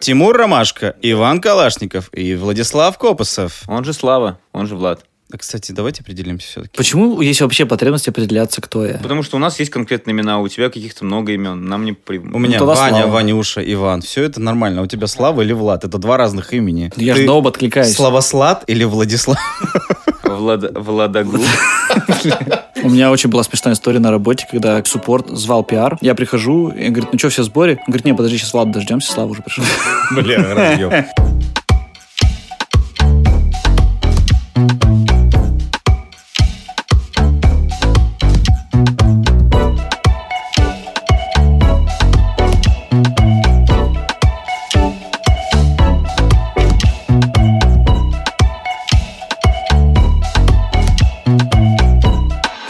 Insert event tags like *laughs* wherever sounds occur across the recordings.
Тимур Ромашко, Иван Калашников и Владислав Копосов. Он же Слава, он же Влад. А, Кстати, давайте определимся все-таки. Почему есть вообще потребность определяться, кто я? Потому что у нас есть конкретные имена, у тебя каких-то много имен. Нам не при... У меня тогда Ваня, Слава. Ванюша, Иван. Все это нормально. А У тебя Слава или Влад? Это два разных имени. Я Ты же на оба откликаюсь. Славослад или Владислав? Влад... Владогу. У меня очень была смешная история на работе, когда суппорт звал пиар. Я прихожу, и говорит, ну что, все в сборе? Он говорит, не, подожди, сейчас Влад дождемся, Слава уже пришел. Бля, разъем.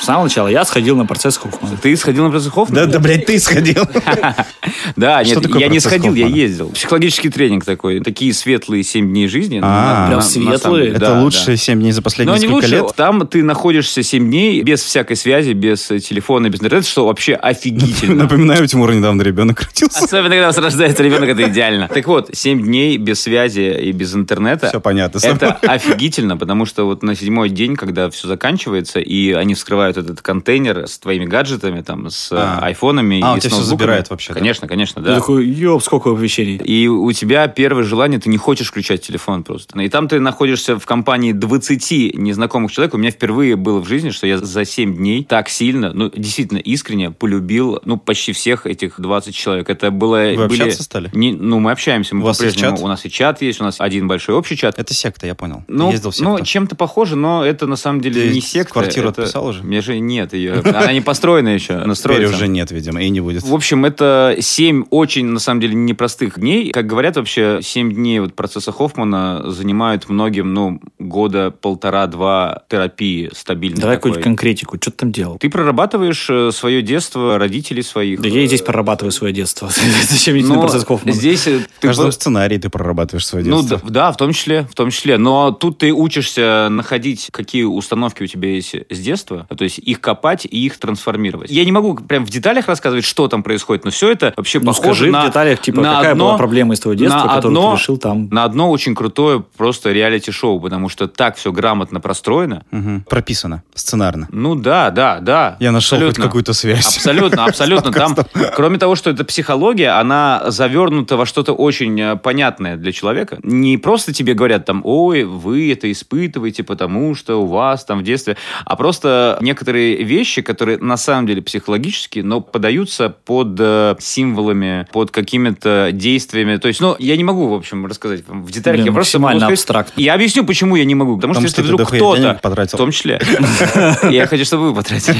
С самого начала я сходил на процесс Хохмана. Ты сходил на процесс Хоффмана? Да, да, блядь, ты *laughs* сходил. Да, Что нет, такое я не процесс сходил, я Хоффмана? ездил. Психологический тренинг такой. Такие светлые 7 дней жизни. ну, А, на- прям на- на самом светлые? деле, да, Это да. лучшие семь дней за Но последние не несколько лучше. лет. Там ты находишься 7 дней без всякой связи, без э, телефона, без интернета, что вообще *laughs* офигительно. Напоминаю, у Тимура недавно ребенок родился. Особенно, когда у вас рождается ребенок, это идеально. Так вот, 7 дней без связи и без интернета. Все понятно. *laughs* Это офигительно, потому что вот на седьмой день, когда все заканчивается, и они вскрывают этот контейнер с твоими гаджетами, там, с э, А. айфонами А, и у тебя с всё ноутбуками. забирают вообще, да? Конечно, конечно, Я да. такой, ёб, сколько оповещений. И у тебя первое желание, ты не хочешь включать телефон просто. И там ты находишься в компании 20 незнакомых человек. У меня впервые было в жизни, что я за 7 дней так сильно, ну, действительно искренне полюбил, ну, почти всех этих 20 человек. Это было... Вы были- общаться стали? Не- ну, мы общаемся. Мы У вас есть по-прежнему- чат? У нас и чат есть, у нас один большой общий чат. Это секта, я понял. Ну, Ездил в ну, секту. чем-то похоже, но это на самом деле Ты не секта. квартиру это- отписал уже? У меня же нет ее. Она не построена еще. *laughs* Она Теперь строится. уже нет, видимо, и не будет. В общем, это 7 очень, на самом деле, непростых дней. Как говорят, вообще 7 дней вот процесса Хоффмана занимают многим, ну, года полтора-два терапии стабильной. Давай такой. какую-нибудь конкретику, что ты там делал? Ты прорабатываешь э, свое детство, родителей своих. э, Да я и здесь прорабатываю свое детство. *laughs* Зачем мне Но на процесс Хоффмана? Здесь э, В ты каждом про- сценарии ты прорабатываешь свое Ну детство. да, да, в том числе, в том числе. Но тут ты учишься находить, какие установки у тебя есть с детства, то есть их копать и их трансформировать. Я не могу прям в деталях рассказывать, что там происходит, но все это вообще Ну, похоже скажи на в деталях, типа, на какая одно- была проблема из твоего детства, на которую одно- ты решил там. на одно очень крутое просто реалити-шоу, потому что так все грамотно простроено. Мгм. Прописано, сценарно. Ну да, да, да. Я нашел хоть Абсолютно. какую-то связь. Абсолютно, абсолютно. Там, кроме того, что это психология, она завернута во что-то очень э, понятное для человека. Не просто тебе говорят там, ой, вы это испытываете, потому что у вас там в детстве, а просто некоторые вещи, которые на самом деле психологические, но подаются под э, символами, под какими-то действиями. То есть, ну, я не могу, в общем, рассказать вам в деталях. Блин, я просто максимально могу сказать- абстрактно. Я объясню, почему я не могу. *laughs* Потому, Потому что что, ты если вдруг дохуя кто-то... денег потратил. В том *laughs* числе. Я хочу, чтобы вы потратили.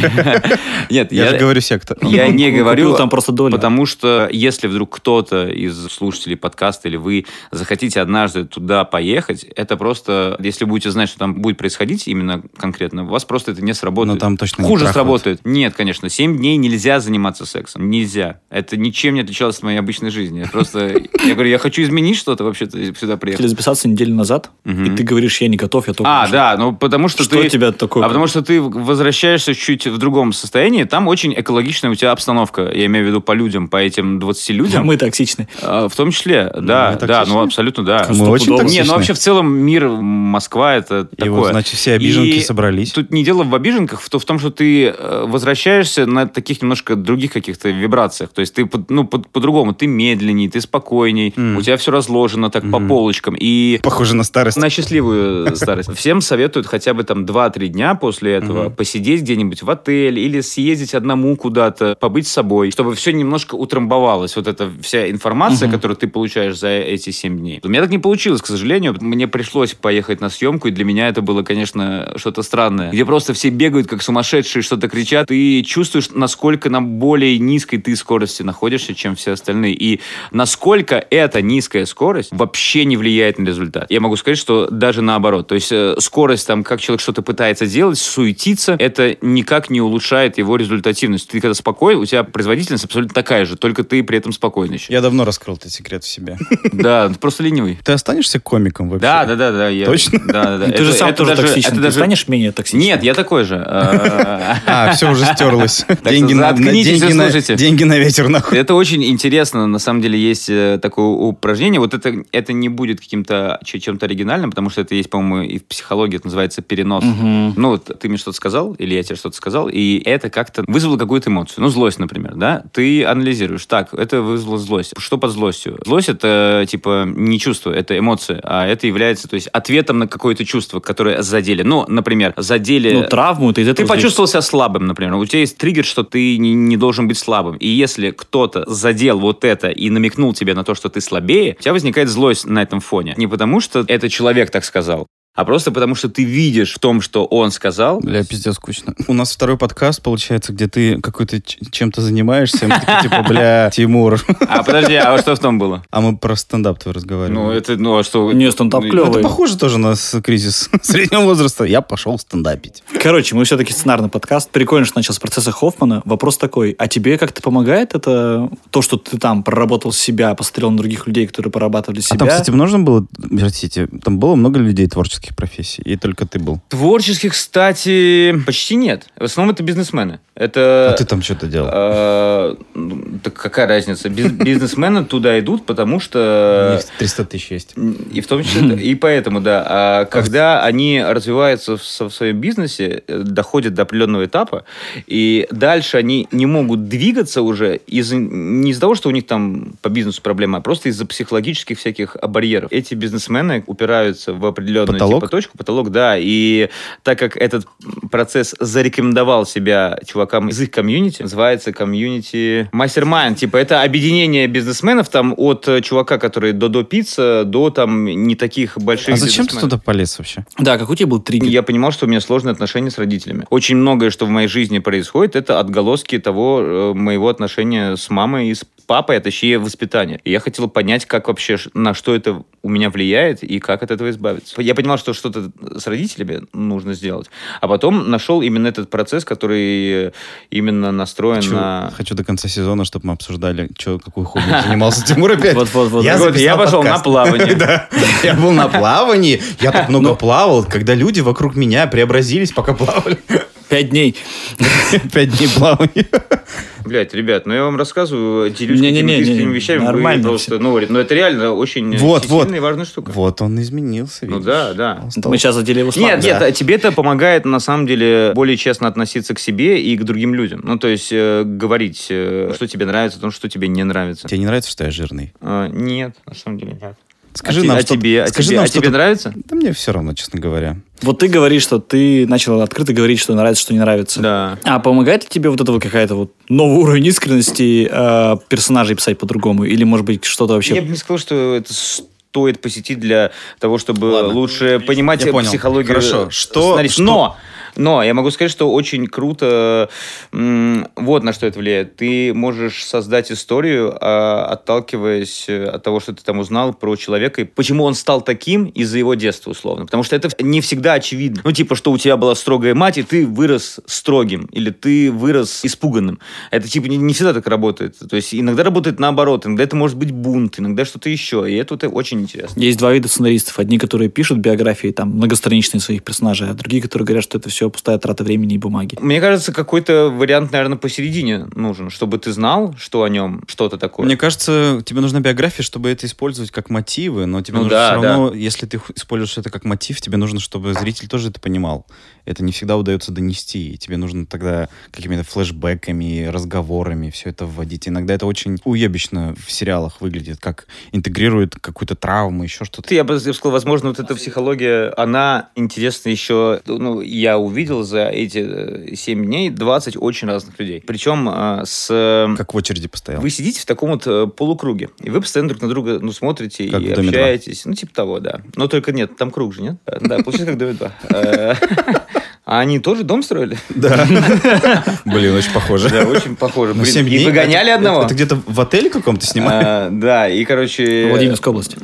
*laughs* Нет, Я же говорю секта. я не Ну, *laughs* Купил говорю, там просто долю. потому что если вдруг кто-то из слушателей подкаста или вы захотите однажды туда поехать, это просто, если будете знать, что там будет происходить именно конкретно, у вас просто это не сработает. Но ну, там точно не Хуже трахают. сработает. Нет, конечно, 7 дней нельзя заниматься сексом. Нельзя. Это ничем не отличалось от моей обычной жизни. Я Просто, я говорю, я хочу изменить что-то вообще-то сюда Хотели приехать. записаться неделю назад, Мгм. и ты говоришь, я не готов, я только... А, пришел». да, ну потому что, Что ты... тебя такое? А потому что ты возвращаешься чуть в другом состоянии, там очень экологичная у тебя обстановка, я имею в виду по людям, по этим 20 Ну, людям. Мы токсичны. А, В том числе, да, мы да, токсичны? ну абсолютно, да. Кажется, Мы очень стопудово. так Не, ну вообще в целом мир, м, Москва, это И вот, такое. значит, все обиженки И собрались. Тут не дело в обиженках, в то- в том, что ты э, возвращаешься на таких немножко других каких-то вибрациях. То есть ты под- ну, под- по-другому, ты медленней, ты спокойней, М. у тебя все разложено так по Мгм. полочкам. И Похоже на старость. на счастливую э, старость. Всем советуют хотя бы там 2-3 дня после этого Мгм. посидеть где-нибудь в отеле или съездить одному куда-то, побыть с собой, чтобы все немножко утрамбовалось. Вот эта вся информация, Мгм. которую ты получаешь за эти 7 дней. У меня так не получилось, к сожалению. Мне пришлось поехать на съемку, и для меня это было, конечно, что-то странное. Где просто все бегают как сумасшедшие, что-то кричат. Ты чувствуешь, насколько на более низкой ты скорости находишься, чем все остальные. И насколько эта низкая скорость вообще не влияет на результат. Я могу сказать, что даже наоборот. То есть э, скорость, там, как человек что-то пытается делать, суетиться, это никак не улучшает его результативность. Ты когда спокоен, у тебя производительность абсолютно такая же, только ты при этом спокойный *laughs* еще. Я давно раскрыл этот секрет в *laughs* себе. Да, ну ты просто ленивый. Ты останешься комиком вообще? Да, да, да, да. я- Точно? Да, да, да. Ты Это- же сам это тоже даже- токсичный. это Ты даже- станешь менее токсичным? *laughs* Нет, я такой же. Э, Э, *laughs* А, все уже стерлось. что Деньги на- на- заткнитесь и деньги на- слушайте. деньги на ветер, нахуй. Это очень интересно, на самом деле есть э, такое упражнение, вот это, это не будет каким-то че- чем-то оригинальным, потому что это есть, по-моему, и в психологии, это называется перенос. Мгм. Ну, вот ты мне что-то сказал, или я тебе что-то сказал, и это как-то вызвало какую-то эмоцию. Ну, злость, например, да? Ты анализируешь. Так, это вызвало злость. Что под злостью? Злость — это, типа, не чувство, это эмоция, а это является, то есть, ответом на какое-то чувство, которое задели. Ну, например, задели... Ну, травму, ты из Ты этого... почувствовал себя слабым, например. У тебя есть триггер, что ты не, не должен быть слабым. И если кто-то задел вот это и намекнул тебе на то, что ты слабее, у тебя возникает злость на этом фоне. Не потому, что это человек так сказал, а просто потому, что ты видишь в том, что он сказал. Бля, пиздец, скучно. У нас второй подкаст, получается, где ты какой-то ч- чем-то занимаешься. Мы такие, типа, *laughs* бля, Тимур. А подожди, а что в том было? А мы про стендап твой разговариваем. Ну, это, ну, а что... Не, стендап Ну, клёвый. Это похоже тоже на с- кризис среднего возраста. Я пошел стендапить. Короче, мы все-таки сценарный подкаст. Прикольно, что начал с процесса Хоффмана. Вопрос такой, а тебе как-то помогает это то, что ты там проработал себя, посмотрел на других людей, которые прорабатывали А себя? там, кстати, нужно было, простите, там было много людей творческих профессий, и только ты был. Творческих, кстати, почти нет. В основном это бизнесмены. Это... А ты там что-то делал? Э, ну, Так какая разница? Биз- *laughs* Бизнесмены туда идут, потому что... 300 тысяч есть. И в том числе, и поэтому, да, а когда они развиваются в, со- в своем бизнесе, э, доходят до определенного этапа, и дальше они не могут двигаться уже из не из-за того, что у них там по бизнесу проблема, а просто из-за психологических всяких барьеров. Эти бизнесмены упираются в определенную Потолок? типа точку, потолок, да, и так как этот процесс зарекомендовал себя чувакам из их комьюнити, называется комьюнити мастер-майнд. Типа это объединение бизнесменов там от э, чувака, который до до пицца, до там не таких больших А зачем ты бизнесменов. туда полез вообще? Да, какой у тебя был триггер? Я понимал, что у меня сложные отношения с родителями. Очень многое, что в моей жизни происходит, это отголоски того э, моего отношения с мамой и с папой, а точнее воспитание. И я хотел понять, как вообще, ш- на что это у меня влияет и как от этого избавиться. Я понимал, что что-то с родителями нужно сделать. А потом нашел именно этот процесс, который э, именно настроен Хочу, на... хочу до конца сезона, чтобы мы обсуждали, чё, какую хуйню занимался Тимур опять. Вот, вот, вот. Я Вот, я записал пошел на подкаст. *laughs* плавание. Да. *laughs* Я был на плавании, я так много плавал, когда люди вокруг меня преобразились, пока плавали. Пять дней. Пять дней плавания. Блять, ребят, ну я вам рассказываю, делюсь Не-не-не, какими-то не-не, искренними вещами. вы нормально просто, ну, ну, это реально очень Вот, вот. сильная и важная штука. Вот он изменился. Ну видишь. да, да. Он стал Мы сейчас задели его слабо. Нет, Да. нет, а тебе это помогает на самом деле более честно относиться к себе и к другим людям. Ну, то есть э, говорить, э, что тебе нравится, то, что тебе не нравится. Тебе не нравится, что я жирный? Э, нет, на самом деле нет. Скажи а те- нам, а что- тебе, а скажи тебе, нам, а что тебе ты- нравится? Да мне все равно, честно говоря. Вот ты говоришь, что ты начал открыто говорить, что нравится, что не нравится. Да. А помогает ли тебе вот это вот какая-то вот новый уровень искренности э, персонажей писать по-другому? Или, может быть, что-то вообще... Я бы не сказал, что это стоит посетить для того, чтобы Ладно. лучше понимать Я понял. психологию. Хорошо. Что- сценариста. что- Но, но я могу сказать, что очень круто. м, Вот на что это влияет. Ты можешь создать историю, а, отталкиваясь э, от того, что ты там узнал про человека и почему он стал таким из-за его детства условно. Потому что это не всегда очевидно. Ну типа, что у тебя была строгая мать и ты вырос строгим или ты вырос испуганным. Это типа не, не всегда так работает. То есть иногда работает наоборот. Иногда это может быть бунт, иногда что-то еще. И это вот очень интересно. Есть два вида сценаристов. Одни, которые пишут биографии, там, многостраничные своих персонажей, а другие, которые говорят, что это все пустая трата времени и бумаги. Мне кажется, какой-то вариант, наверное, посередине нужен, чтобы ты знал, что о нем что-то такое. Мне кажется, тебе нужна биография, чтобы это использовать как мотивы, но тебе Ну нужно да, все равно, если ты ху- используешь это как мотив, тебе нужно, чтобы зритель тоже это понимал. Это не всегда удается донести, и тебе нужно тогда какими-то флешбэками, разговорами все это вводить. Иногда это очень уебищно в сериалах выглядит, как интегрирует какую-то травму, еще что-то. Я бы я бы сказал, возможно, вот эта психология, она интересна еще... Ну, я увидел за эти 7 дней 20 очень разных людей. Причем а, с... э, Как в очереди постоял. Вы сидите в таком вот э, полукруге, и вы постоянно друг на друга ну, смотрите Как и в «Доме два». общаетесь. Ну, типа того, да. Но только нет, там круг же, нет? Э, Да, получается, как в «Доме 2». Э, А они тоже дом строили? *laughs* *laughs* Да. Блин, очень похоже. Да, *laughs* очень похоже. Но Блин, семь И дней- выгоняли это- одного? Это где-то в отеле каком-то снимали? А, Да, и, короче... Владимирской области.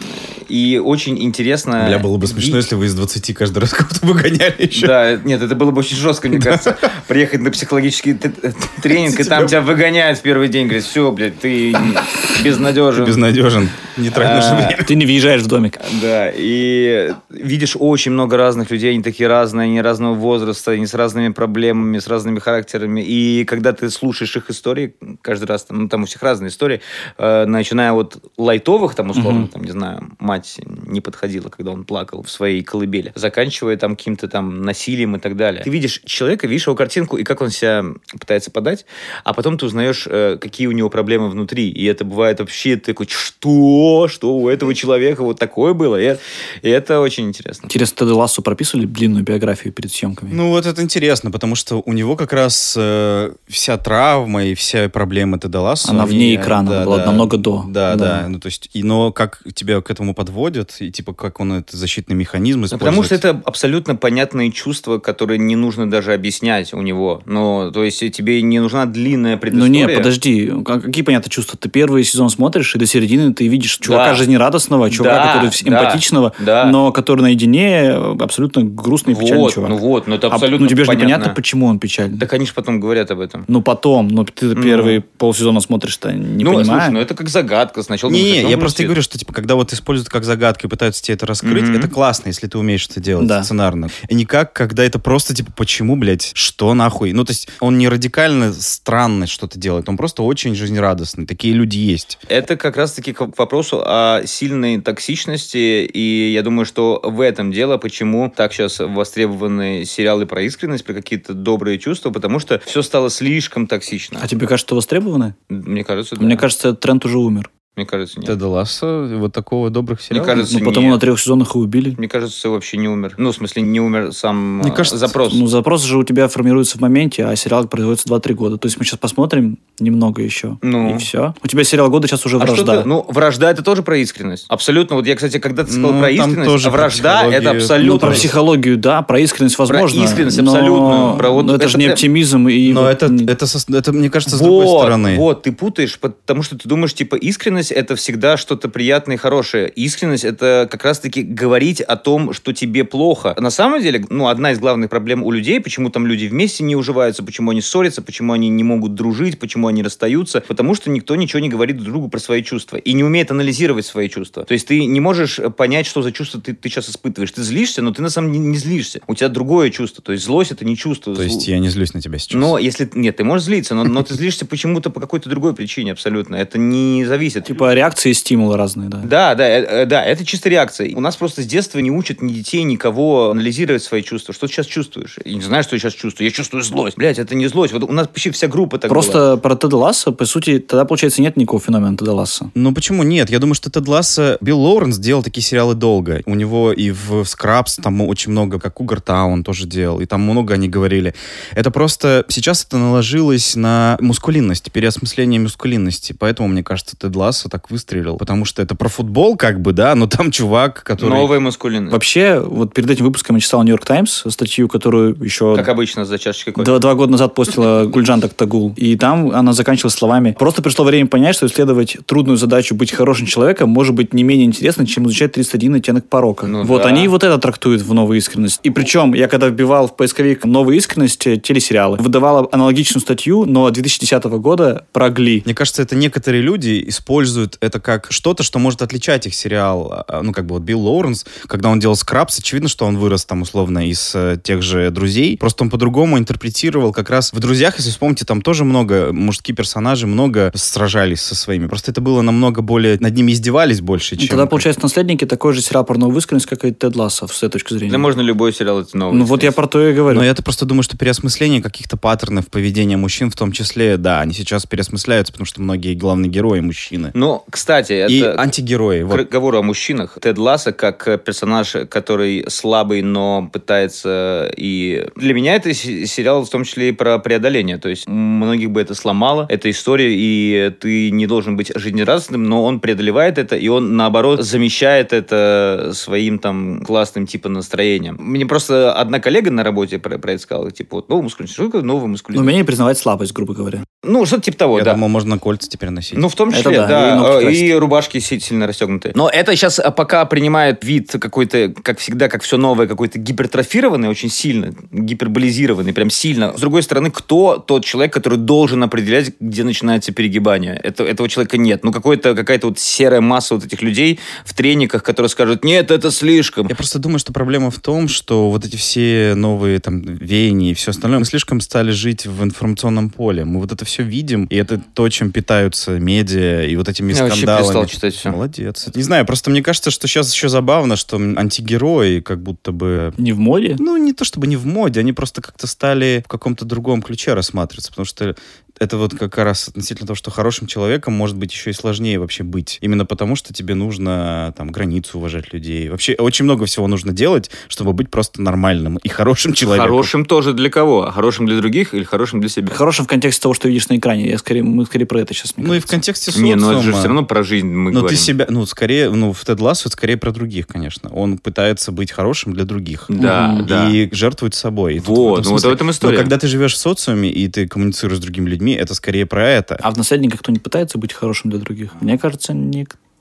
И очень интересно... Бля, было бы смешно, и- если вы из 20 каждый раз *laughs* кого-то выгоняли еще. Да, нет, это было бы очень жестко, мне кажется. Приехать на психологический т- т- тренинг, и там тебя выгоняют в первый день. Говорят, все, блядь, ты Ты безнадежен. безнадежен. Не трать наше А, время. Ты не въезжаешь в домик. Да, и видишь очень много разных людей, они такие разные, они разного возраста, они с разными проблемами, с разными характерами. И когда ты слушаешь их истории, каждый раз, там, ну, там у всех разные истории, э, начиная от лайтовых, там, условно, Мгм. там, не знаю, мать не подходила, когда он плакал в своей колыбели, заканчивая там каким-то там насилием и так далее. Ты видишь человека, видишь его картинку и как он себя пытается подать, а потом ты узнаешь, э, какие у него проблемы внутри. И это бывает вообще ты такой, что? Что у этого человека вот такое было? И, э- и это очень интересно. Интересно, Теду Лассу прописывали длинную биографию перед съемками? Ну вот это интересно, потому что у него как раз э, вся травма и вся проблема Теда Лассо, Она они, вне э, экрана да, была да. намного до. Да, да, Ну, то есть, и, но как тебя к этому подводят, и типа как он этот защитный механизм Ну, использует. Потому что это абсолютно понятные чувства, которые не нужно даже объяснять у него. Ну, то есть тебе не нужна длинная Ну предыстория. не, подожди, а какие понятно чувства? Ты первый сезон смотришь, и до середины ты видишь чувака Да. жизнерадостного, чувака, Да, который вс- эмпатичного, да. но который наедине э, абсолютно грустный и печальный вот, ну, чувак. ну вот, ну это А, абсолютно ну тебе же понятно. непонятно, почему он печальный. Да, конечно, потом говорят об этом. Ну потом, но ты Ну. первые полсезона смотришь-то не ну, слушай, понимаешь. ну это как загадка. Сначала Не, думаешь, не, о чем я он просто и грустит? говорю, что типа, когда вот используют как загадку и пытаются тебе это раскрыть, Мгм. это классно, если ты умеешь это делать Да. сценарно. И не как, когда это просто типа, почему, блядь, что нахуй? Ну, то есть он не радикально странно что-то делает, он просто очень жизнерадостный. Такие люди есть. Это как раз-таки к вопросу о сильной токсичности, и я думаю, что в этом дело, почему так сейчас востребованы сериалы про искренность, про какие-то добрые чувства, потому что все стало слишком токсично. А тебе кажется, востребованы? Мне кажется, да. Мне кажется, этот тренд уже умер. Мне кажется, нет. Теда Лассо, вот такого добрых сериалов. кажется, Ну, потому нет. на трех сезонах и убили. Мне кажется, вообще не умер. Ну, в смысле, не умер сам Мне э, кажется, запрос. Ну, запрос же у тебя формируется в моменте, а сериал производится 2-3 года. То есть мы сейчас посмотрим немного еще. Ну. И все. У тебя сериал года сейчас уже А что вражда. ты- ну, вражда это тоже про искренность. Абсолютно. Вот я, кстати, когда ты сказал Ну, про там искренность, тоже а про вражда психологию. это Ну, абсолютно. Ну, про психологию, да, про искренность, возможно. искренность но- абсолютно. Про вот но это, это же не прям- оптимизм. И Но вот это, не- это, со- это, мне кажется, с другой стороны. Вот, ты путаешь, потому что ты думаешь, типа, искренность это всегда что-то приятное и хорошее. Искренность это как раз-таки говорить о том, что тебе плохо. На самом деле, ну, одна из главных проблем у людей, почему там люди вместе не уживаются, почему они ссорятся, почему они не могут дружить, почему они расстаются, потому что никто ничего не говорит друг другу про свои чувства и не умеет анализировать свои чувства. То есть ты не можешь э, понять, что за чувство ты, ты сейчас испытываешь. Ты злишься, но ты на самом деле не злишься. У тебя другое чувство. То есть злость это не чувство. То Зл- есть я не злюсь на тебя сейчас. но если... Нет, ты можешь злиться, но, но ты злишься почему-то по какой-то другой причине абсолютно. Это не зависит. Типа реакции и стимулы разные, да. Да, да, э, э, да, это чисто реакция. У нас просто с детства не учат ни детей, никого анализировать свои чувства. Что ты сейчас чувствуешь? Я не знаю, что я сейчас чувствую. Я чувствую злость. Блять, это не злость. Вот у нас почти вся группа так была. Просто про Теда Ласса, по сути, тогда, получается, нет никакого феномена Теда Ласса. Ну почему нет? Я думаю, что Тед Ласса... Билл Лоуренс делал такие сериалы долго. У него и в «Скрабс» там очень много, как Угар Таун тоже делал, и там много они говорили. Это просто... Сейчас это наложилось на мускулинность, переосмысление мускулинности. Поэтому, мне кажется, Тед Ласса так выстрелил. Потому что это про футбол как бы, да, но там чувак, который... Новая маскулинность. Вообще, вот перед этим выпуском я читал «Нью-Йорк Таймс», статью, которую еще Как обычно, за чашечкой кофе. Два, два года назад постила Гульджан Тактагул. И там она заканчивала словами. Просто пришло время понять, что исследовать трудную задачу быть хорошим человеком может быть не менее интересно, чем изучать 31 оттенок порока. Ну вот да. они вот это трактуют в новую искренность. И причем я когда вбивал в поисковик новую искренность э, телесериалы, выдавала аналогичную статью, но 2010 года про Гли. Мне кажется, это некоторые люди используют это как что-то, что может отличать их сериал. А, Ну, как бы вот Билл Лоуренс, когда он делал «Скрабс», очевидно, что он вырос там условно из э, тех же «Друзей». Просто он по-другому интерпретировал как раз в «Друзьях», если вспомните, там тоже много мужские персонажи, много сражались со своими. Просто это было намного более... Над ними издевались больше, чем... Тогда, получается, «Наследники» такой же сериал про новую искренность, как и Тед Ласса, с этой точки зрения. Да можно любой сериал это новый. ну вот я про то и говорю. Но я-то просто думаю, что переосмысление каких-то паттернов поведения мужчин в том числе, да, они сейчас переосмысляются, потому что многие главные герои мужчины. Ну, кстати, это... И антигерои. К Вот. разговору о мужчинах. Тед Ласса как э, персонаж, который слабый, но пытается и... Для меня это се- сериал в том числе и про преодоление. То есть многих бы это сломало, эта история, и ты не должен быть жизнерадостным, но он преодолевает это, и он, наоборот, замещает это своим там классным типа настроением. Мне просто одна коллега на работе про, про это сказала, типа, вот, новый мускулин, что такое новый мускулин? Но умение признавать слабость, грубо говоря. Ну, что-то типа того, Ну, Я да. думал, можно кольца теперь носить. Ну, в том Это числе, да. да. и да, ногти э, красить. и рубашки си- сильно расстегнутые. Но это сейчас пока принимает вид какой-то, как всегда, как все новое, какой-то гипертрофированный, очень сильно, гиперболизированный, прям сильно. С другой стороны, кто тот человек, который должен определять, где начинается перегибание? Это, этого человека нет. Ну, какой-то, какая-то вот серая масса вот этих людей в трениках, которые скажут, нет, это слишком. Я просто думаю, что проблема в том, что вот эти все новые там веяния и все остальное, мы слишком стали жить в информационном поле. Мы вот это все видим, и это то, чем питаются медиа и вот этими Я вообще скандалами. перестал читать все. Молодец. Не знаю, просто мне кажется, что сейчас еще забавно, что антигерои как будто бы... Не в моде? Ну, не то чтобы не в моде, они просто как-то стали в каком-то другом ключе рассматриваться, потому что это вот как раз относительно того, что хорошим человеком может быть еще и сложнее вообще быть. Именно потому, что тебе нужно там границу уважать людей. Вообще очень много всего нужно делать, чтобы быть просто нормальным и хорошим человеком. Хорошим тоже для кого? А Хорошим для других или хорошим для себя? Хорошим в контексте того, что видишь на экране. Я скорее, мы скорее про это сейчас. Ну и в контексте социума. Не, ну это же все равно про жизнь мы Ну, ты говорим. себя, ну, скорее, ну, в Тед Лассо это скорее про других, конечно. Он пытается быть хорошим для других. Да, Мгм. да. и жертвует собой. И тут Вот, в этом ну вот смысле- в этом история. Но когда ты живешь в социуме и ты коммуницируешь с другими людьми, это скорее про это. А в наследниках кто не пытается быть хорошим для других? Мне кажется,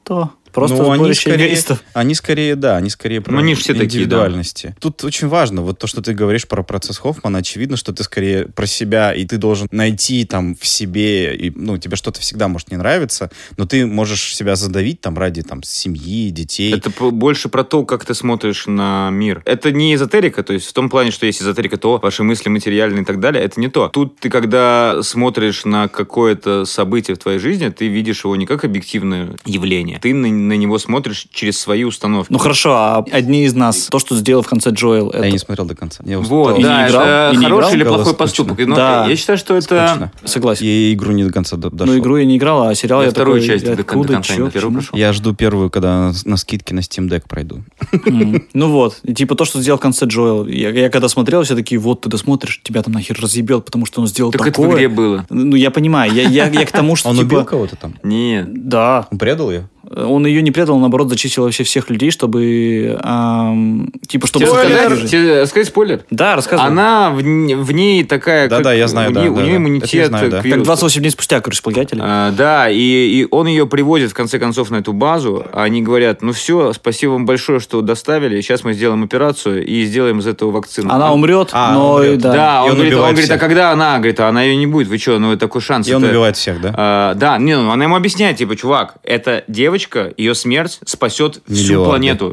никто. Просто Ну, они сборище скорее, эгоистов. они скорее, да, они скорее про Ну, они ж все такие, да. индивидуальности. Тут очень важно, вот то, что ты говоришь про процесс Хоффмана, очевидно, что ты скорее про себя, и ты должен найти там в себе, и, ну, тебе что-то всегда может не нравиться, но ты можешь себя задавить там ради там семьи, детей. Это по- больше про то, как ты смотришь на мир. Это не эзотерика, то есть в том плане, что есть эзотерика, то ваши мысли материальные и так далее, это не то. Тут ты, когда смотришь на какое-то событие в твоей жизни, ты видишь его не как объективное явление. Ты на, на него смотришь через свои установки. Ну хорошо, а одни из нас, то, что сделал в конце Джоэл, Я это... не смотрел до конца. Я вот, устал. да, не играл, это и не хороший играл, или было плохой скучно. поступок. Но Да. Я считаю, что это... Скучно. Согласен. Я игру не до конца до- дошел. Ну, игру я не играл, а сериал Я я, вторую такой, часть до- до откуда, конца чё, на первую почему? прошел. Я жду первую, когда на, на скидке на Steam Deck пройду. Мгм. *laughs* Ну вот, и типа то, что сделал в конце Джоэл. Я, я когда смотрел, все такие, вот ты досмотришь, тебя там нахер разъебет, потому что он сделал Так это в такое. игре было. Ну я понимаю, я, я, я *laughs* к тому, что Он типа... убил кого-то там? Нет. Да, Он предал ее? он ее не предал, а наоборот, зачистил вообще всех людей, чтобы... эм, типа, чтобы... Тебе заказать сказать? уже. Тебе сказать спойлер? Да, рассказывай. Она в, в ней такая... Да, как- да, я знаю, у да, нее- да, У да. нее Это я иммунитет э, знаю, да. к Как вирусу. 28 дней спустя, короче, слагатель. А, да, и, и он ее приводит в конце концов на эту базу. а Они говорят, ну все, спасибо вам большое, что доставили. Сейчас мы сделаем операцию и сделаем из этого вакцину. Она умрет, А, но... умрет. и Да, Да. И он, он говорит, он убивает говорит, а всех. когда она? Говорит, а она ее не будет. Вы что, ну такой шанс. И он это- убивает всех, да? А, да, не, ну, она ему объясняет, типа, чувак, эта девочка, ее смерть спасет всю Миллиарды. планету.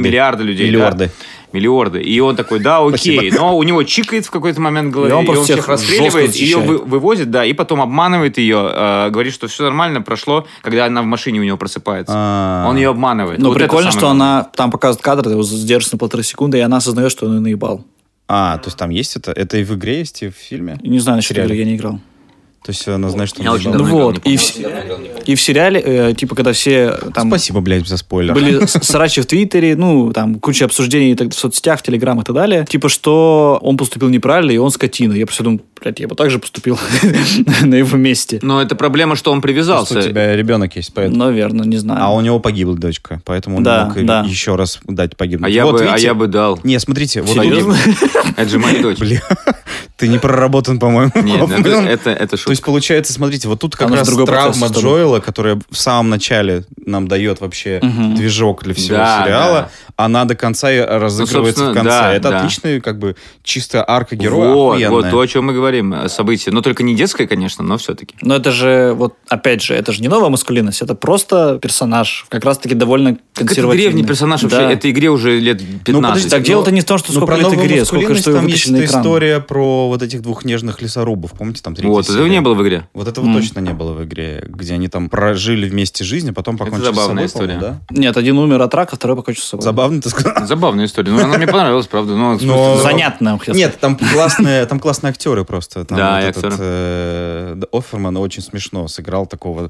Миллиарды. миллиарды людей. да. Миллиарды. Миллиарды. И он такой, да, окей. Но у него чикает в какой-то момент в голове, И он и он, просто всех всех расстреливает, жестко ее вы- защищает. вывозит, да, и потом обманывает ее, э, говорит, что все нормально прошло, когда она в машине у него просыпается. А. Он ее обманывает. Но Вот это Ну, прикольно, самое что главное. она... Там показывает кадр, его задерживается на полторы секунды, и она осознает, что он ее наебал. А, то есть там есть это? Это и в игре есть, и в фильме? Не знаю, насчет Сериал. игры я не играл. То есть она знает, что... Я она очень ебала. давно Ну играл, вот, не и в, и в сериале, э, типа, когда все там Спасибо, блядь, за спойлер. *laughs* были с- срачи в Твиттере, ну, там, куча обсуждений и так- в соцсетях, в Телеграм и так далее, типа, что он поступил неправильно, и он скотина. Я просто думаю, блядь, я бы так же поступил *laughs* на его месте. Но это проблема, что он Просто у привязался. тебя ребенок есть, Ну, поэтому... Наверное, не знаю. А у него погибла дочка, поэтому он Да, мог и- да. еще раз дать погибнуть. А я, Вот бы, а видите? я бы дал. Не, смотрите, вот... Серьезно? *laughs* Это же моя дочь. Бля, *laughs* ты не проработан, по-моему. Нет, ну, это, Блин. это, это шутка. То есть, получается, смотрите, вот тут как нужен раз другой процесс, травма чтобы- Джоэла, которая в самом начале нам дает вообще Мгм. движок для всего Да, Ну, сериала, она до конца и разыгрывается собственно, в конце. да, это да. отличная, как бы, чисто арка героя, вот, охуенная. вот то, о чем мы говорим, э, событие. Но только не детское, конечно, но все-таки. Но это же, вот, опять же, это же не новая маскулинность, это просто персонаж, как раз-таки довольно Как это консервативный. древний персонаж вообще, Да. этой игре уже лет 15. подожди, Так Ну, дело-то не в том, что Ну, сколько про лет новую игре, сколько маскулинность что его там вытащили есть на эта экран. история про вот этих двух нежных лесорубов, помните, там третья Вот, этого серия? не было в игре. Вот этого М. точно не было в игре, где они там прожили вместе жизнь, а потом покончили забавная с собой, по-моему, история. Нет, один умер от рака, второй покончил с собой. да? Забавно, ты сказал? Забавная история. Ну, она мне понравилась, правда. Ну, в Но- смысле, Занятно. я Нет, там классные, там классные актеры просто. Там Да, вот и этот, актеры. э, Д- Офферман очень смешно сыграл такого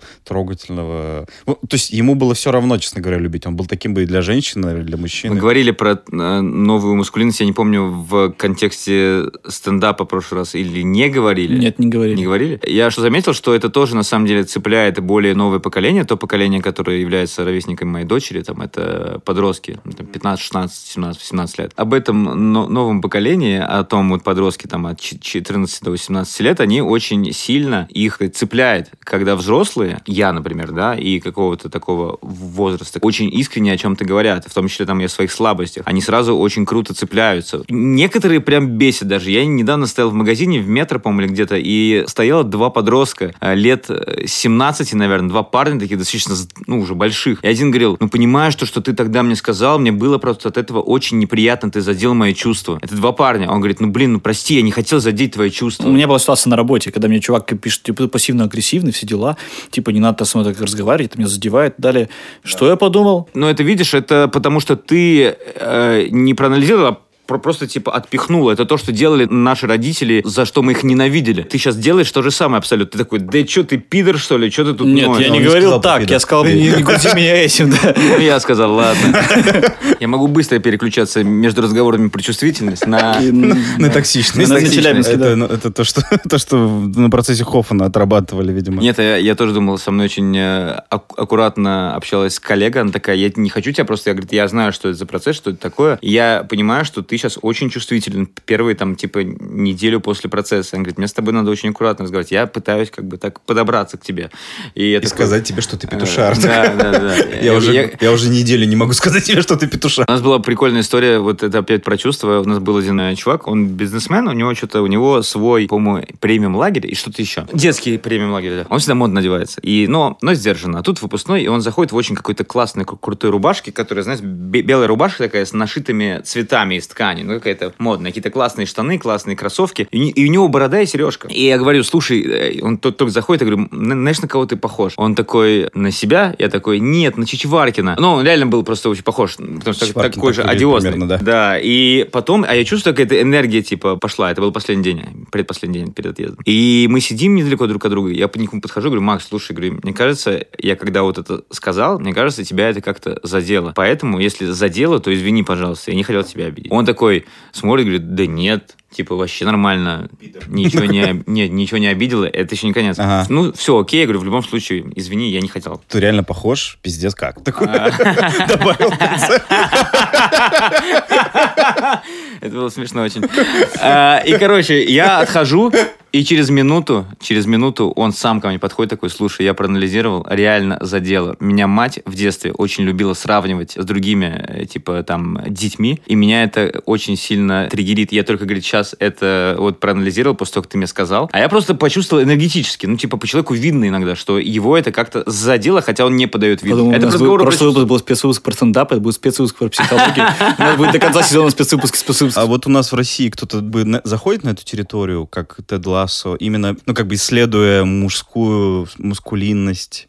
трогательного. Ну, то есть ему было все равно, честно говоря, любить. Он был таким бы и для женщины, и для Мы мужчины. говорили про э, новую мускулинность, я не помню, в контексте стендапа в прошлый раз или не говорили. Нет, не говорили. Не говорили? Я что заметил, что это тоже на самом деле цепляет более новое поколение, то поколение, которое является ровесником моей дочери, там это подростки, ну, там, 15, 16, 17, 18 лет. Об этом но- новом поколении, о том вот подростке там от чи- 14 15 до 18 лет, они очень сильно их цепляет, когда взрослые, я, например, да, и какого-то такого возраста, очень искренне о чем-то говорят, в том числе там и о своих слабостях, они сразу очень круто цепляются. Некоторые прям бесят даже. Я недавно стоял в магазине в метро, по-моему, или где-то, и стояло два подростка э, лет э, 17, наверное, два парня такие достаточно, ну, уже больших. И один говорил, ну, понимаешь, то, что ты тогда мне сказал, мне было просто от этого очень неприятно, ты задел мои чувства. Это два парня. Он говорит, ну, блин, ну, прости, я не хотел задеть твои чувства. У меня была ситуация на работе, когда мне чувак пишет, типа, ты пассивно-агрессивный, все дела, типа, не надо со мной так разговаривать, это меня задевает, далее. Что я подумал? Но это, видишь, это потому что ты э, не проанализировал, а про- просто типа отпихнул. Это то, что делали наши родители, за что мы их ненавидели. Ты сейчас делаешь то же самое абсолютно. Ты такой, да что ты пидор, что ли? Что ты тут Нет, ноешь?» я не ну, он не говорил сказал, так, победа. я сказал, не, не грузи меня *laughs* этим, да. Ну, Я сказал, ладно. *laughs* Я могу быстро переключаться между разговорами про чувствительность *laughs* на... На токсичность. На- на Челябинске, да. Ну, Это ну, это то, что *laughs* то, что на процессе Хоффмана отрабатывали, видимо. Нет, я, я тоже думал, со мной очень э, ак- аккуратно общалась коллега, она такая, я не хочу тебя просто, я, говорит, я знаю, что это за процесс, что это такое, и я понимаю, что ты сейчас очень чувствителен первые, там, типа, неделю после процесса. Она говорит, мне с тобой надо очень аккуратно разговаривать, я пытаюсь, как бы, так подобраться к тебе. И, я И такой, сказать тебе, что ты э, петушар. Да, да, да. *laughs* Я уже я уже неделю не могу *laughs* сказать тебе, что ты петушар. У нас была прикольная история, вот это опять про чувства. У нас был один э, чувак, он бизнесмен, у него что-то, у него свой, по-моему, премиум лагерь и что-то еще. Детский премиум лагерь, да. Он всегда модно одевается. И, но, но сдержанно. А тут выпускной, и он заходит в очень какой-то классной, кру- крутой рубашке, которая, знаешь, бе- белая рубашка такая с нашитыми цветами из ткани. Ну, какая-то модная. Какие-то классные штаны, классные кроссовки. И, у не- и у него борода и сережка. И я говорю, слушай, э, он тот только заходит, я говорю, «На- знаешь, на кого ты похож? Он такой, на себя? Я такой, нет, на Чичеваркина. Ну, он реально был просто очень похож, потому что Чичваркин такой так же выглядит одиозный. примерно, да. и потом, а я чувствую, какая-то энергия, типа, пошла. Это был последний день, предпоследний день перед отъездом. И мы сидим недалеко друг от друга, я к нему подхожу, говорю, Макс, слушай, говорю, мне кажется, я когда вот это сказал, мне кажется, тебя это как-то задело. Поэтому, если задело, то извини, пожалуйста, я не хотел тебя обидеть. Он такой смотрит, говорит, да нет, типа, вообще нормально, ничего не, об- нет, ничего не обидело, это еще не конец. Ага. Ну, все, окей, я говорю, в любом случае, извини, я не хотел. Ты реально похож, пиздец как. Такой А. *laughs* добавил в конце. Это было смешно очень. А, И, короче, я отхожу, и через минуту, через минуту он сам ко мне подходит такой, слушай, я проанализировал, реально задело. Меня мать в детстве очень любила сравнивать с другими, э, типа, там, детьми, и меня это очень сильно триггерит. Я только, говорит, сейчас это вот проанализировал после того, как ты мне сказал. А я просто почувствовал энергетически, ну, типа, по человеку видно иногда, что его это как-то задело, хотя он не подает вид. Подумал, у Это нас был, разговор о прошлый выпуск был спецвыпуск про стендап, это будет спецвыпуск про психологию. У нас будет до конца сезона спецвыпуск и спецвыпуск. А вот у нас в России кто-то бы на- заходит на эту территорию, как Тед Лассо, именно, ну, как бы исследуя мужскую мускулинность,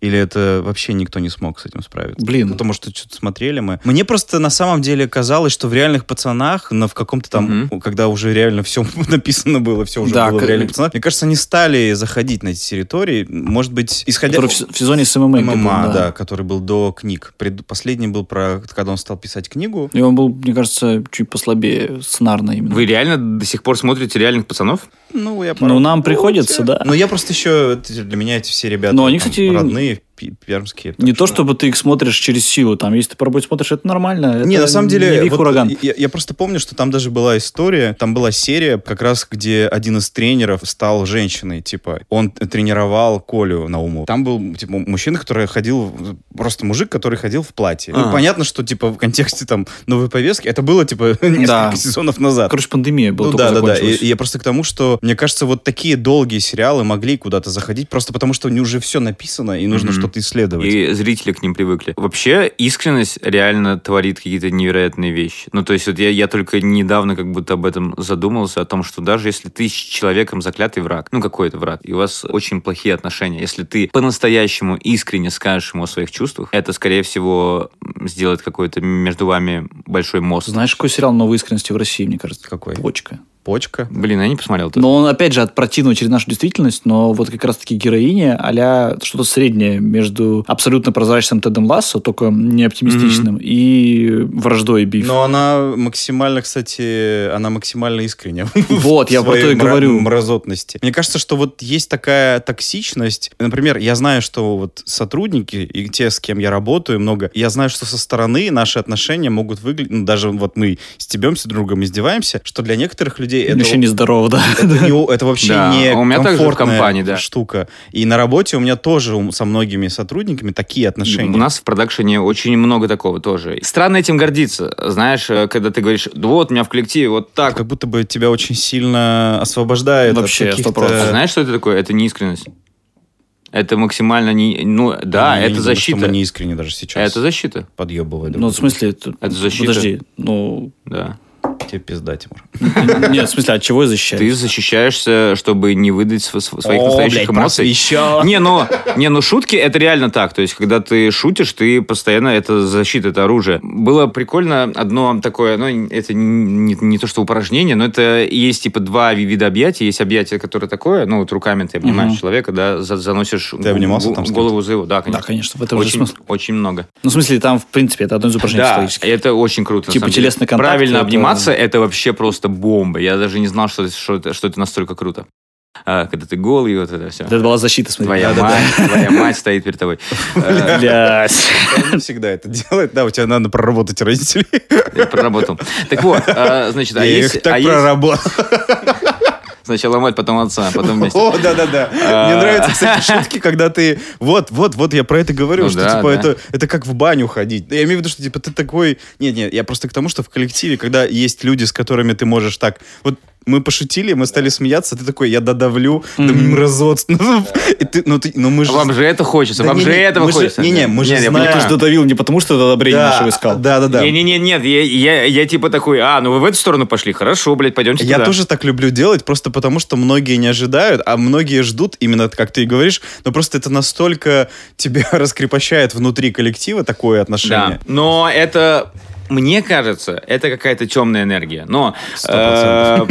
или это вообще никто не смог с этим справиться? Блин. Потому что что-то смотрели мы. Мне просто на самом деле казалось, что в реальных пацанах, но в каком-то там, когда уже реально все *laughs* написано было, все уже Да, э, было в как- реальных пацанах, мне кажется, они стали заходить на эти территории, может быть, исходя... Который в с- в сезоне с ММА. ММА, да. который был до книг. Пред- Последний был про, когда он стал писать книгу. И он был, мне кажется, чуть послабее сценарно именно. Вы реально до сих пор смотрите реальных пацанов? Ну, я Ну, порой- нам приходится, да. Но Ну, я просто еще, это для меня эти все ребята Ну, они, там, кстати, родные, пи- пермские. так Не то, чтобы ты их смотришь через силу. Там, если ты по работе смотришь, это нормально. Не, это на самом деле, Не их вот ураган. Я, я просто помню, что там даже была история, там была серия, как раз где один из тренеров стал женщиной, типа, он т- тренировал Колю на уму. Там был, типа, мужчина, который ходил, в- просто мужик, который ходил в платье. Ну, А. понятно, что, типа, в контексте, там, новой повестки, это было, типа, *laughs* несколько Да. сезонов назад. Короче, пандемия была. Ну только да, да, да. И, закончилась. и я просто к тому, что мне кажется, вот такие долгие сериалы могли куда-то заходить, просто потому что у них уже все написано, и нужно Мгм. что-то исследовать. И зрители к ним привыкли. Вообще, искренность реально творит какие-то невероятные вещи. Ну, то есть, вот я, я только недавно как будто об этом задумался, о том, что даже если ты с человеком заклятый враг, ну, какой-то враг, и у вас очень плохие отношения, если ты по-настоящему искренне скажешь ему о своих чувствах, это, скорее всего, м, сделает какой-то между вами большой мост. Знаешь, какой сериал новой искренности в России, мне кажется? Какой? Почка. Почка. Блин, а я не посмотрел это. Но он, опять же, от противного через нашу действительность, но вот как раз-таки героиня а что-то среднее между абсолютно прозрачным Тедом Лассо, только не оптимистичным, и враждой Биф. Но она максимально, кстати, она максимально искренняя. *laughs* Вот, в я про то и своей мра- говорю. Мразотности. Мне кажется, что вот есть такая токсичность. Например, я знаю, что вот сотрудники и те, с кем я работаю много, я знаю, что со стороны наши отношения могут выглядеть, ну, даже вот мы стебемся другом, издеваемся, что для некоторых людей людей это, Вообще нездорово, да. это не у- это вообще Да, не а у меня также в комфортная компании, да. штука. И на работе у меня тоже у- со многими сотрудниками такие отношения. У нас в продакшене очень много такого тоже. Странно этим гордиться. Знаешь, э, когда ты говоришь, да вот, у меня в коллективе вот так. Как будто бы тебя очень сильно освобождает от Вообще, каких-то... 100%. А знаешь, что это такое? Это неискренность. Это максимально не... Ну, да, Я не это думаю, что защита. мы не искренне даже сейчас. Это защита, Подъебывает. *laughs* Ну, в смысле... это- Это защита. Подожди, ну... да. Тебе пизда, Тимур. *laughs* Нет, в смысле, от чего я защищаюсь? Ты защищаешься, чтобы не выдать св- св- своих настоящих эмоций. еще. Не, ну, не, ну шутки это реально так. То есть, когда ты шутишь, ты постоянно это защита, это оружие. Было прикольно одно такое, ну, это не, не то, что упражнение, но это есть типа два ви- вида объятий. Есть объятие, которое такое, ну, вот руками ты обнимаешь Мгм. человека, да, за- заносишь Ты обнимался гу- там с кем-то? голову за его. Да, Да, конечно. конечно, в этом же Очень, смысл. очень много. Ну, в смысле, там, в принципе, это одно из упражнений Да, психологических. это очень круто. на Типа самом деле. телесный контакт э, Правильно это- обниматься, это вообще просто бомба. Я даже не знал, что, это- что, это- что это настолько круто. А, когда ты голый, и вот это все. Это была защита, смотри. Твоя Да-да-да. мать, *laughs* твоя мать стоит перед тобой. Э, Блядь. Он всегда это делает. Да, у тебя надо проработать родителей. Я проработал. Так вот, а, значит, а Я если... их так а если- проработал. Сначала мать, потом отца, потом вместе. О, да-да-да. А. Мне нравятся, кстати, шутки, когда ты... Вот, вот, вот, я про это говорю, Ну что, да, типа, да. это, это как в баню ходить. Я имею в виду, что, типа, ты такой... Нет-нет, я просто к тому, что в коллективе, когда есть люди, с которыми ты можешь так... Вот мы пошутили, мы стали смеяться, ты такой, я додавлю, да мразот. Ну, и ты- Ну, ты- ну, мы же... Вам же это хочется, Да вам не, же не, этого мы же- хочется. не, не, мы же Нет, я знаем. Ты же понимаю. додавил не потому, что одобрение нашего искал. Да-да-да. Не-не-не, нет, я, я, я типа такой, а, ну вы в эту сторону пошли, хорошо, блядь, пойдемте Я туда. тоже так люблю делать, просто потому что многие не ожидают, а многие ждут, именно как ты и говоришь, но просто это настолько тебя *laughs* раскрепощает внутри коллектива такое Да, отношение. но это, мне кажется, это какая-то темная энергия, но Сто э,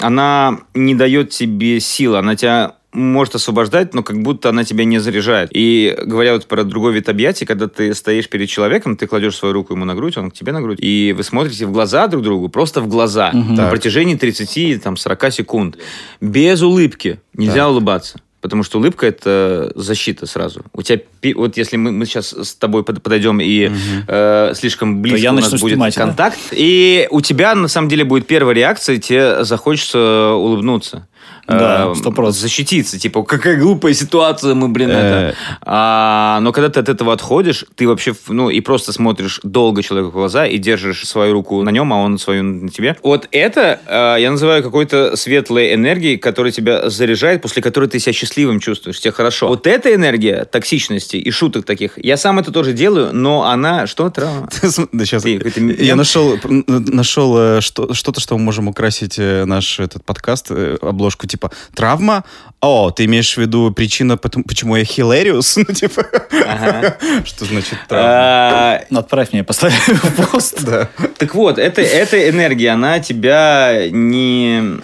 она не дает тебе силы, она тебя может освобождать, но как будто она тебя не заряжает. И говоря вот про другой вид объятий, когда ты стоишь перед человеком, ты кладешь свою руку ему на грудь, он к тебе на грудь, и вы смотрите в глаза друг другу, просто в глаза, Мгм. на Так. протяжении 30-40 секунд, без улыбки. Нельзя улыбаться. Потому что улыбка это защита сразу. У тебя пи- вот если мы, мы сейчас с тобой под- подойдем и э, слишком близко я у нас начну будет снимать, да? контакт, и у тебя на самом деле будет первая реакция, тебе захочется улыбнуться. Да, Э, 100%. Защититься, типа, какая глупая ситуация, мы, блин, это. Э. *laughs* А, но когда ты от этого отходишь, ты вообще, в- ну, и просто смотришь долго человеку в глаза и держишь свою руку на нем, а он свою на тебе. Вот это э, я называю какой-то светлой энергией, которая тебя заряжает, после которой ты себя счастливым чувствуешь, тебе хорошо. Вот эта энергия токсичности и шуток таких, я сам это тоже делаю, но она что то Ты см- да, щас. Ты какой-то Я мем. нашел, н- нашел э, что- что-то, что мы можем украсить э, наш этот подкаст, э, обложку типа «Травма». О, ты имеешь в виду причина, потом- почему я Хилариус? *laughs* Ну, типа, *laughs* что значит Э, травма? Ну, Отправь мне, поставь *laughs* в пост. *laughs* Да. Так вот, это, эта энергия, она тебя не...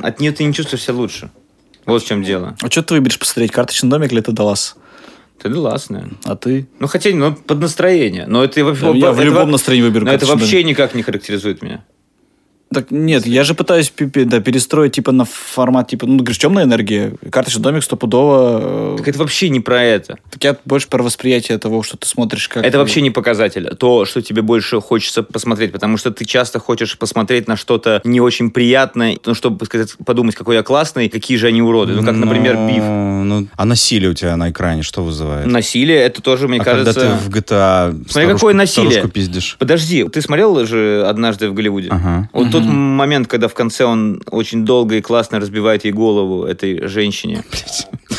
От нее ты не чувствуешь себя лучше. Вот в чем дело. А что ты выберешь посмотреть, карточный домик или это Даллас? Ты Даллас, наверное. А ты? Ну, хотя, ну, под настроение. Но это вообще... Да, я в это любом во- настроении выберу Но это «Карточный вообще никак не характеризует меня. Так нет, я же пытаюсь пи- пи- да, перестроить типа на формат, типа, ну, ты говоришь, темная энергия, карточный домик стопудово. э, Так это вообще не про это. Так я больше про восприятие того, что ты смотришь как... э, Это вообще не показатель. То, что тебе больше хочется посмотреть, потому что ты часто хочешь посмотреть на что-то не очень приятное, ну, чтобы сказать, подумать, какой я классный, какие же они уроды. Ну, как, например, Но- биф. ну, А насилие у тебя на экране что вызывает? Насилие, это тоже, мне а кажется... когда ты в GTA Смотри, какое старушку- насилие. старушку пиздишь. Подожди, ты смотрел же однажды в Голливуде? *laughs* Ага. Вот тот момент, когда в конце он очень долго и классно разбивает ей голову этой женщине.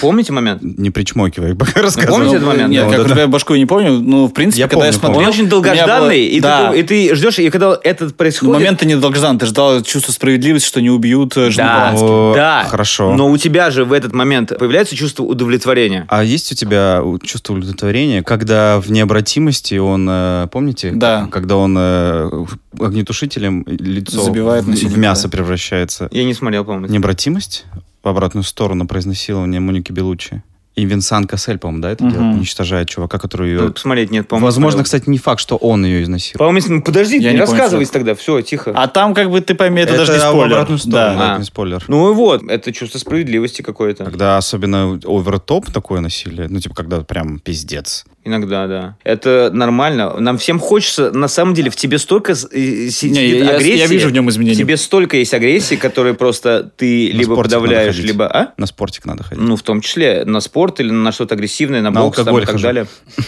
Помните момент? Не причмокивай, *laughs* пока рассказывай. помните Ну, этот момент? Нет, Ну, как да, у тебя башку я не помню, но в принципе, Я когда я помню, смотрел... Он помню. очень у меня было- долгожданный, и, Да. ты, и ты ждешь, и когда это Ну, происходит... момент ты не долгождан, ты ждал чувство справедливости, что не убьют э, жену Да, Полански. О, да. Ну. хорошо. Но у тебя же в этот момент появляется чувство удовлетворения. А есть у тебя у- чувство удовлетворения, когда в необратимости он, э, помните? Да. Когда он э, огнетушителем лицо Забивает в, насильника, в мясо да. превращается? Я не смотрел, по-моему. Необратимость в обратную сторону про изнасилование Моники Белучи. И Винсан Кассель, по-моему, да, это Мгм. делает? Уничтожает чувака, который ее... Ну, Смотреть нет, по-моему. Возможно, смотрел. кстати, не факт, что он ее изнасиловал. По-моему, если- ну, подожди, Я не не помню, рассказывай что- тогда, все, тихо. А там как бы ты пойми, это, даже не в спойлер. обратную сторону, Да. да, А. это не спойлер. Ну и вот, это чувство А справедливости какое-то. Когда особенно овертоп такое насилие, ну, типа, когда прям пиздец. Иногда, да. Это нормально. Нам всем хочется, на самом деле, в тебе столько с- э, си- Не, я- я- я агрессии. вижу в нем изменения. В тебе столько есть агрессии, которые просто ты На либо спортик надо подавляешь, ходить. либо... А? На спортик надо *laughs* ходить. Ну, в том числе на спорт или на что-то агрессивное, на, На бокс там, алкоголь и так хожу. далее.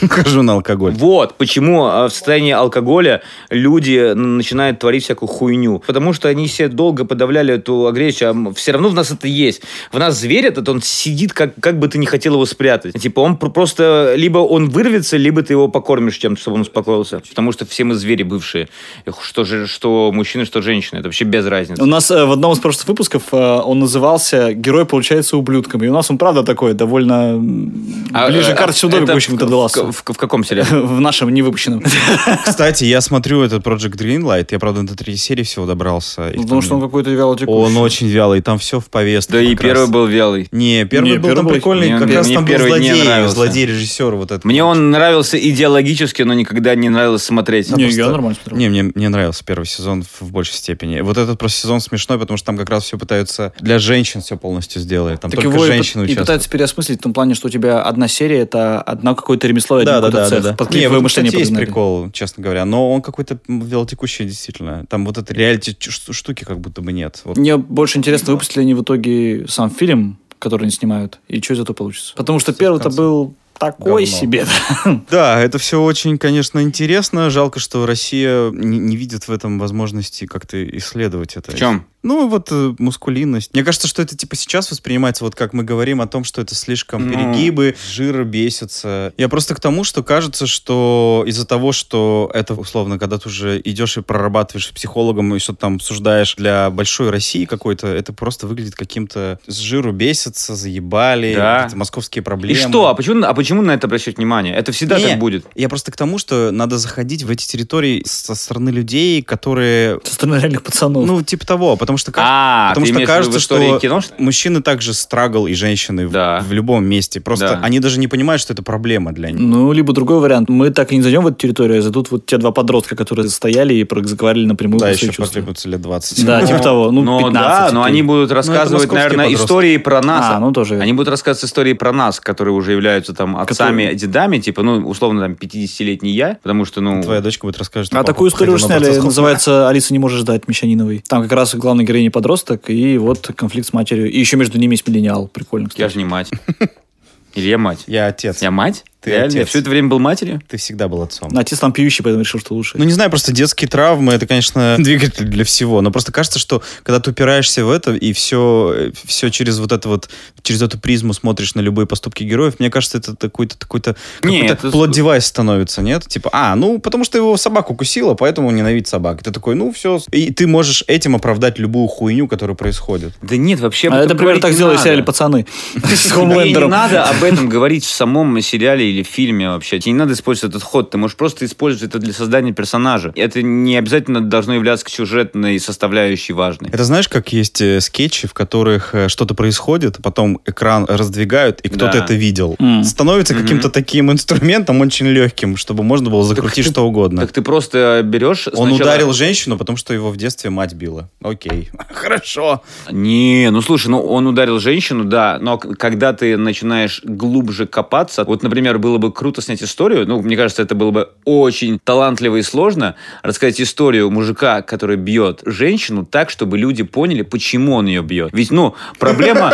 Хожу на алкоголь. Вот почему э, в состоянии алкоголя люди н- начинают творить всякую хуйню. Потому что они все долго подавляли эту агрессию. А все равно в нас это есть. В нас зверь этот, он сидит, как, как бы ты не хотел его спрятать. Типа он пр- просто... Либо он вырвется, либо ты его покормишь чем-то, чтобы он успокоился. Потому что все мы звери бывшие. Эх, Что, же, что мужчины, что женщины. Это вообще без разницы. У нас э, в одном из прошлых выпусков э, он назывался «Герой получается ублюдком». И у нас он, правда, такой довольно м, А, ближе э, к а Арчи Судовику, это в общем-то, в- Далласу. в- в- в каком *laughs* сериале? В *laughs* нашем невыпущенном. Кстати, я смотрю этот Project Greenlight. Я, правда, до третьей серии всего добрался. И Потому там- что он какой-то вяло Он очень вялый, там все в повестке. Да и как раз. первый был вялый. Не, первый Не, был первый там был- прикольный, мне- как мне- раз мне там был первый не злодей, нравился. злодей-режиссер вот этот. Мне он нравился идеологически, но никогда не нравилось смотреть. Не, я просто- нормально смотрел. Не, мне, мне нравился первый сезон в, в большей степени. Вот этот просто сезон смешной, потому что там как раз все пытаются для женщин все полностью сделать. Там Так только его и пы- женщины и участвуют. пытаются переосмыслить в том плане, что у тебя одна серия это одна какое-то ремесло, и один какой-то цех. Под Не, в клиповое этом, мышление кстати, есть подогнали. прикол, честно говоря, но он какой-то м, велотекущий, действительно. Там вот этой реалити чу- штуки как будто бы нет. Вот. Мне больше интересно, выпустили они в итоге сам фильм, который они снимают, и что из этого получится. Потому что Всё в первый-то конце. был такой Говно. себе. *laughs* Да, это все очень, конечно, интересно. Жалко, что Россия не, не видит в этом возможности как-то исследовать это. В чем? Ну, вот э, мускулинность. Мне кажется, что это типа сейчас воспринимается, вот как мы говорим о том, что это слишком Ну. перегибы, жир бесится. Я просто к тому, что кажется, что из-за того, что это, условно, когда ты уже идешь и прорабатываешь с психологом и что-то там обсуждаешь для большой России какой-то, это просто выглядит каким-то с жиру бесится, заебали, Да. какие-то московские И проблемы. что? А почему, а почему на это обращать внимание? Это всегда Не. так будет. Я просто к тому, что надо заходить в эти территории со стороны людей, которые... Со стороны реальных пацанов. Ну, типа того, потому что... кажется, А, потому ты что имеешь в виду кажется, в истории что- кино? что- Мужчины также страгл и женщины в- Да. в, любом месте. Просто Да. они даже не понимают, что это проблема для них. Ну, либо другой вариант. Мы так и не зайдем в эту территорию, а зайдут вот те два подростка, которые стояли и про- заговорили Ну, напрямую да, про свои еще чувства. потребуется лет 20. Да, типа того. Ну, но 15. да, но окей. они будут рассказывать, Ну, московские наверное, подростки. истории про нас. А, ну тоже. Они будут рассказывать истории про нас, которые уже являются там отцами, Которые- дедами, типа, ну, условно, там, 50-летний я, потому что, ну... Твоя дочка будет рассказывать. что А папа такую историю ходил уже на сняли, ну, процесс. называется «Алиса не может ждать» Мещаниновой. Там как раз главная героиня подросток, и вот конфликт с матерью. И еще между ними есть миллениал. Прикольно, кстати. Я же *laughs* не мать. Или я мать? Я отец. Я мать? Ты Реально? Я отец. все это время был матерью? Ты всегда был отцом. Ну, Отец там пьющий, поэтому решил, что лучше. Ну, не знаю, просто детские травмы, это, конечно, *laughs* двигатель для всего. Но просто кажется, что когда ты упираешься в это и все, все через вот это вот, через эту призму смотришь на любые поступки героев, мне кажется, это такой-то, такой-то, Не, какой-то это- плод-девайс становится, нет? Типа, а, ну, потому что его собаку кусила, поэтому он ненавидит собак. И Ты такой, ну, все. И ты можешь этим оправдать любую хуйню, которая происходит. Да нет, вообще... об а это, этом например, говорить так не сделали в надо. сериале «Пацаны» *laughs* с Тебе не Хоумлендером. надо об этом говорить в самом сериале или фильме вообще. Тебе не надо использовать этот ход. Ты можешь просто использовать это для создания персонажа. Это не обязательно должно являться сюжетной составляющей важной. Это знаешь, как есть э, скетчи, в которых э, что-то происходит, потом экран раздвигают, и кто-то Да. это видел. М. Становится Мгм. каким-то таким инструментом очень легким, чтобы можно было закрутить ты- что угодно. Так ты просто берешь... Он сначала- ударил женщину, потому что его в детстве мать била. Окей. *laughs* Хорошо. Не, ну слушай, ну он ударил женщину, да, но к- когда ты начинаешь глубже копаться, вот, например, было бы круто снять историю, ну, мне кажется, это было бы очень талантливо и сложно, рассказать историю мужика, который бьет женщину так, чтобы люди поняли, почему он ее бьет. Ведь, ну, проблема...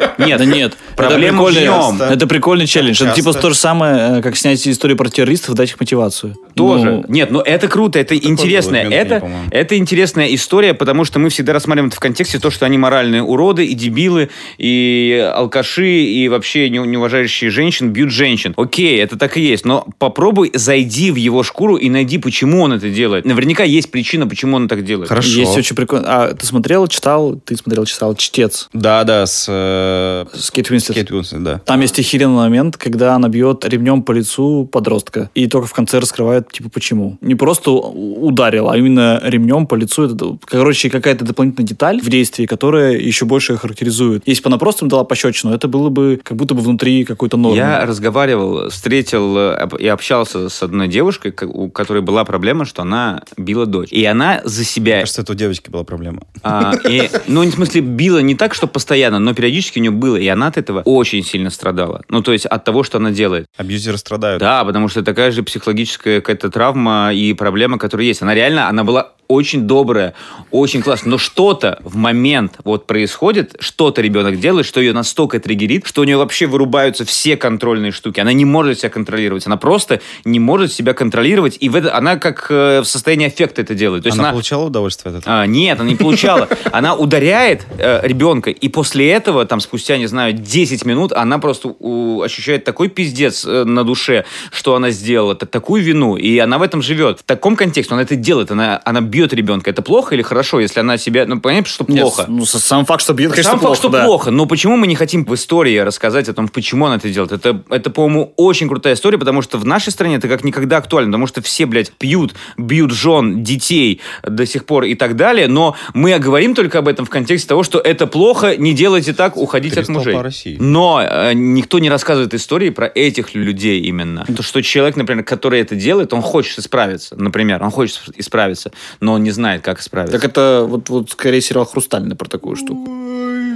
а Нет, Да нет. Проблема в это прикольный, нем. это прикольный челлендж. Это Часто. типа то же самое, э, как снять историю про террористов, дать их мотивацию. Тоже. Ну, Нет, ну это круто, это интересная, был элемент, это, по-моему. это интересная история, потому что мы всегда рассматриваем это в контексте то, что они моральные уроды и дебилы, и алкаши, и вообще не, не уважающие женщин бьют женщин. Окей, это так и есть, но попробуй зайди в его шкуру и найди, почему он это делает. Наверняка есть причина, почему он так делает. Хорошо. Есть очень прикольно. А ты смотрел, читал? Ты смотрел, читал «Чтец» Да, да, с э, с Кейт Уинслет. Э. Кейт Уинслет, да. Там есть охеренный момент, когда она бьет ремнем по лицу подростка. И только в конце раскрывают, типа, почему. Не просто у- ударил, а именно ремнем по лицу. Это, д- короче, какая-то дополнительная деталь в действии, которая еще больше её характеризует. Если бы она просто им дала пощечину, это было бы как будто бы внутри какой-то нормы. Я разговаривал, встретил э, об- и общался с одной девушкой, ко- у которой была проблема, что она била дочь. И она за себя Кажется, это у девочки была проблема. А, и, ну, в смысле, била не так, что постоянно, но периодически у нее было, и она от этого очень сильно страдала. Ну, то есть от того, что она делает. Абьюзеры страдают. Да, потому что такая же психологическая какая-то травма и проблема, которая есть. Она реально, она была очень добрая, очень классная. Но что-то в момент вот происходит, что-то ребенок делает, что ее настолько триггерит, что у нее вообще вырубаются все контрольные штуки. Она не может себя контролировать. Она просто не может себя контролировать. И в это, она как э, в состоянии аффекта это делает. То есть она, она- получала удовольствие от этого? а, нет, она не получала. Она ударяет э, ребенка, и после этого, там, спустя, не знаю, 10 минут, она просто у, ощущает такой пиздец э, на душе, что она сделала, та- такую вину, и она в этом живет. В таком контексте она это делает, она, она бьет ребенка. Это плохо или хорошо, если она себя... Ну, понятно, что Нет, плохо. ну, с- сам факт, что бьет, конечно, Сам плохо. факт, что да. плохо, но почему мы не хотим в истории рассказать о том, почему она это делает? Это, это по-моему, очень крутая история, потому что в нашей стране это как никогда актуально, потому что все, блядь, пьют, бьют жен, детей до сих пор и так далее, но мы говорим только об этом в контексте того, что это плохо, не делайте так, уходите от Перестал мужей. по России. Но э, никто не рассказывает истории про этих людей именно. То, что человек, например, который это делает, он хочет исправиться, например, он хочет исправиться, но он не знает, как исправиться. Так это вот, вот скорее сериал «Хрустальный» про такую штуку.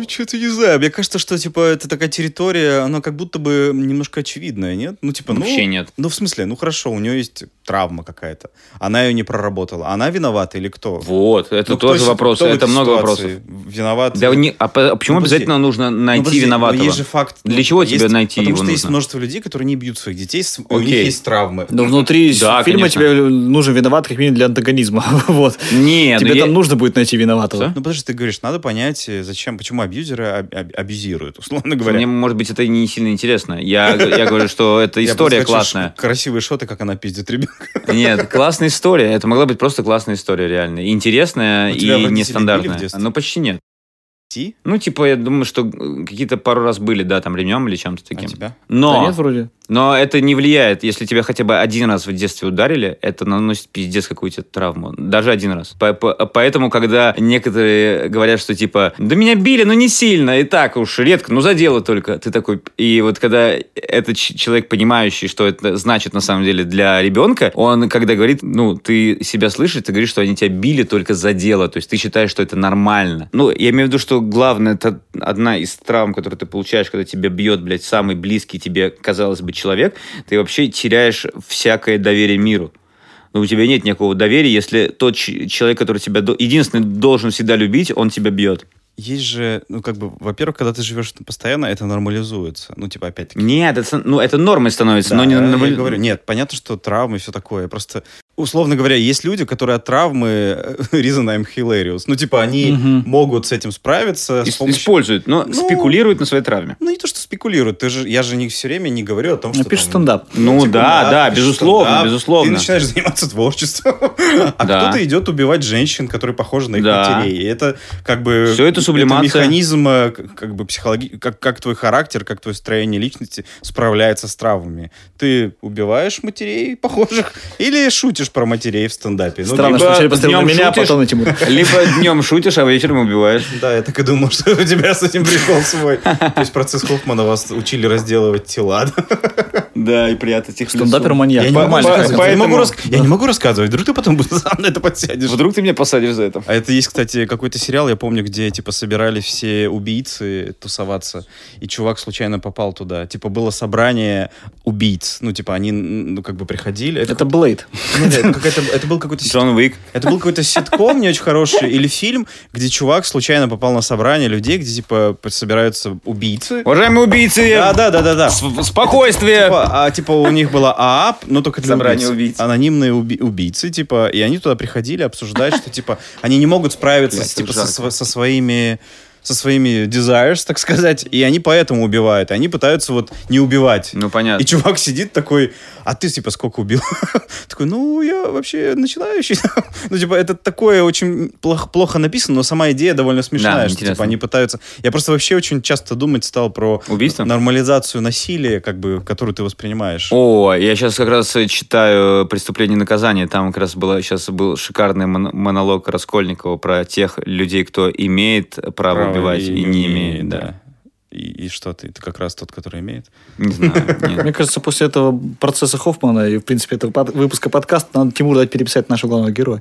Что-то не знаю. Мне кажется, что типа это такая территория, она как будто бы немножко очевидная, нет? Ну, типа, ну. Вообще нет. Ну, в смысле, ну хорошо, у нее есть травма какая-то. Она ее не проработала. Она виновата или кто? Вот, это Ну, кто тоже с- вопрос, кто в это этой много ситуации? вопросов. Виноват. Да не, а по- а почему Ну, подожди. обязательно нужно Ну, найти подожди, но виноватого? Есть же факт. Для чего тебе Есть- найти Потому его что есть нужно? множество людей, которые не бьют своих детей, с- у них Окей. есть травмы. Но внутри Да, фильма конечно. тебе нужен виноват как минимум для антагонизма. *laughs* вот. Не, ну тебе я- там нужно будет найти виноватого. Ну, подожди, ты говоришь, надо понять, э, зачем, почему абьюзеры аб- аб- абьюзируют, *laughs* условно говоря. мне, может быть, это не сильно интересно. *laughs* Я, я говорю, что это Я история просто хочу ш- классная. Красивые шоты, как она пиздит *laughs* ребенка. Нет, классная история. Это могла быть просто классная история, реально. И Интересная Ну, тебя и родители били в нестандартная. детстве? Ну, почти нет. Ну, типа, я думаю, что э, какие-то пару раз были, да, там ремнем или чем-то А таким. тебя? Но, Да нет, вроде. но это не влияет. Если тебя хотя бы один раз в детстве ударили, это наносит пиздец какую-то травму. Даже один раз. По- по- Поэтому, когда некоторые говорят, что типа, да меня били, но не сильно, и так уж редко, ну задело только. Ты такой... И вот когда этот ч- человек, понимающий, что это значит на самом деле для ребенка, он когда говорит, ну, ты себя слышишь, ты говоришь, что они тебя били только за дело, то есть ты считаешь, что это нормально. Ну, я имею в виду, что главное, это одна из травм, которую ты получаешь, когда тебя бьет, блядь, самый близкий тебе, казалось бы, человек, ты вообще теряешь всякое доверие миру. Но у тебя нет никакого доверия, если тот ч- человек, который тебя до- единственный должен всегда любить, он тебя бьет. Есть же, ну, как бы, во-первых, когда ты живешь постоянно, это нормализуется. Ну, типа, опять-таки. Нет, это, с- ну, это нормой становится, Да, но не... я нормаль- говорю, нет, понятно, что травмы и все такое. Просто, условно говоря, есть люди, которые от травмы э, *laughs* reason I'm hilarious. Ну, типа, они Мгм. могут с этим справиться. с Ис- помощью- Используют, но Ну, спекулируют на своей травме. Ну, не то, что спекулируют. Ты же, я же не все время не говорю о том, что... Напиши там- стендап. Ну типа, да, да, пишешь безусловно, стендап, безусловно. Ты начинаешь заниматься творчеством, *laughs* а Да. кто-то идет убивать женщин, которые похожи на их Да. матерей. И это как бы... Всё это сублимация. механизм, э, к- как бы психологи... Как, как твой характер, как твое строение личности справляется с травмами. Ты убиваешь матерей похожих или шутишь про матерей в стендапе? Ну, Странно, либо что вначале посмотрел на днём меня, а шутишь. потом на Тимура. Либо днем шутишь, а вечером убиваешь. Да, я так и думал, *laughs* что у тебя с этим прикол свой. То есть процесс Хоффмана вас учили разделывать тела. да? Да, и прятать их Стендапер-маньяк. Я не могу Нормально. по- рассказывать. конечно. Я не могу поэтому- рас- Я не могу рассказывать. Вдруг ты потом сам на это подсядешь. Вдруг ты меня посадишь за это? А это есть, кстати, какой-то сериал, я помню, где, типа, собирали все убийцы тусоваться, и чувак случайно попал туда. Типа, было собрание убийц. Ну, типа, они, ну, как бы приходили. Это, Это Блейд. ну, да, это какая-то- это был какой-то сит- Джон Уик. это был какой-то ситком не очень хороший, или фильм, где чувак случайно попал на собрание людей, где, типа, собираются убийцы. Уважаемые убийцы! Да-да-да-да-да. с- Спокойствие! Типа, а, типа, у них была ААП, но только для Собрание убийц. Анонимные уби- убийцы, типа, и они туда приходили обсуждать, что, типа, они не могут справиться, Блядь, с, как типа, со, жарко. сво- со своими со своими desires, так сказать, и они поэтому убивают, и они пытаются вот не убивать. Ну, понятно. И чувак сидит такой, а ты, типа, сколько убил? *laughs* Такой, ну, я вообще начинающий. *laughs* Ну, типа, это такое очень плох- плохо написано, но сама идея довольно смешная, что, типа, интересно. они пытаются... Я просто вообще очень часто думать стал про Убийство? нормализацию насилия, как бы, которую ты воспринимаешь. О, я сейчас как раз э, читаю «Преступление и наказание». Там как раз было, сейчас был шикарный мон- монолог Раскольникова про тех людей, кто имеет право, убивать и, не имеет. Да. И, и что ты? Ты как раз тот, который имеет. Не знаю, *laughs* нет. Мне кажется, после этого процесса Хоффмана и, в принципе, этого под- выпуска подкаста надо Тимуру дать переписать нашего главного героя.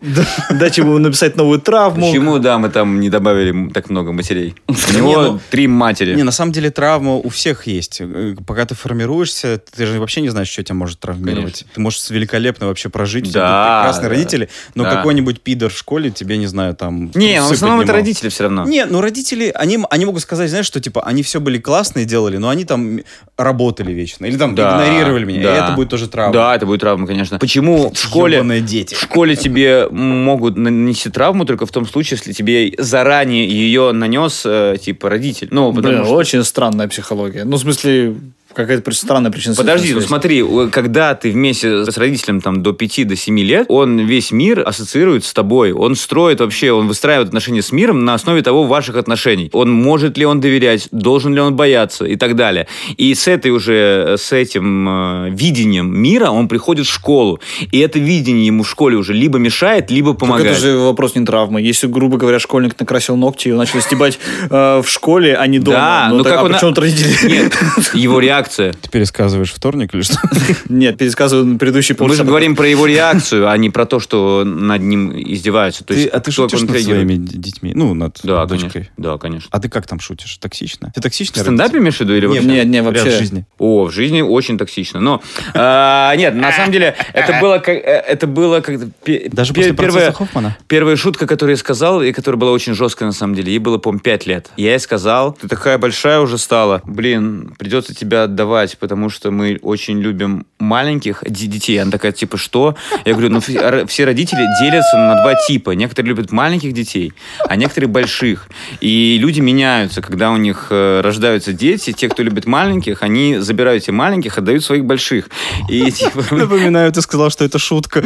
Дать ему написать новую травму. Почему, да, мы там не добавили м- так *laughs* много матерей? У Не, него ну- три матери. Не, на самом деле травма у всех есть. Э, Пока ты формируешься, ты же вообще не знаешь, что тебя может травмировать. Ты можешь великолепно вообще прожить, у тебя Да, будут прекрасные да. родители, но Да. какой-нибудь пидор в школе тебе, не знаю, там... Не, ну, трусы в основном это поднимал. родители все равно. Не, ну родители, они, м- они могут сказать, знаешь, что типа они все были классные, делали, но они там м- работали вечно. Или там Да, игнорировали меня. да. И это будет тоже травма. Да, это будет травма, конечно. Почему в школе... Ёбаные дети. В школе тебе могут нанести травму только в том случае, если тебе заранее ее нанес, э, типа, родитель. Ну, потому Блин, что... очень странная психология. Ну, в смысле, какая-то при- странная причина. Подожди, ну смотри, у- когда ты вместе с родителем там до 5 до 7 лет, он весь мир ассоциирует с тобой. Он строит вообще, он выстраивает отношения с миром на основе того ваших отношений. Он может ли он доверять, должен ли он бояться и так далее. И с этой уже, э, с этим э, видением мира он приходит в школу. И это видение ему в школе уже либо мешает, либо помогает. Это же вопрос не травмы. Если, грубо говоря, школьник накрасил ногти, его начали стебать э, в школе, а не дома. Да, ну так- как а он- причем тут родители? *laughs* *laughs* Нет, его реакция. Ты пересказываешь вторник или что? *laughs* Нет, пересказываю на предыдущий Мы же полчаса. говорим про его реакцию, а не про то, что над ним издеваются. То Ты- есть, а ты как он шутишь над реагирует. своими д- детьми? Ну, над Да, дочкой. конечно. Да, конечно. А ты как там шутишь? Токсично? Ты В токсичный? стендапе имеешь в виду или вообще? Нет, Не, не, вообще. вообще. в жизни. О, в жизни очень токсично. Но а, нет, на самом деле это было как э, это было как пе- Даже пе- после первая процесса Хоффмана? первая шутка, которую я сказал и которая была очень жесткая на самом деле. Ей было, по-моему, 5 лет. Я ей сказал, ты такая большая уже стала. Блин, придется тебя отдавать, потому что мы очень любим маленьких ди- детей. Она такая, типа, что? Я говорю, ну ф- р- все родители делятся на два типа. Некоторые любят маленьких детей, а некоторые больших. И люди меняются, когда у них э, рождаются дети. Те, кто любит маленьких, они забирают себе маленьких, отдают своих больших. И типа... Ну, Напоминаю, ты сказал, что это шутка.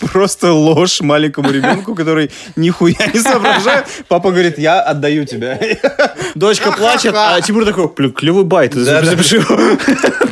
*laughs* Просто ложь маленькому ребенку, который нихуя не соображает. Папа говорит, я отдаю тебя. Дочка плачет, а Тимур такой, блин, клевый байт, *laughs* запиши его».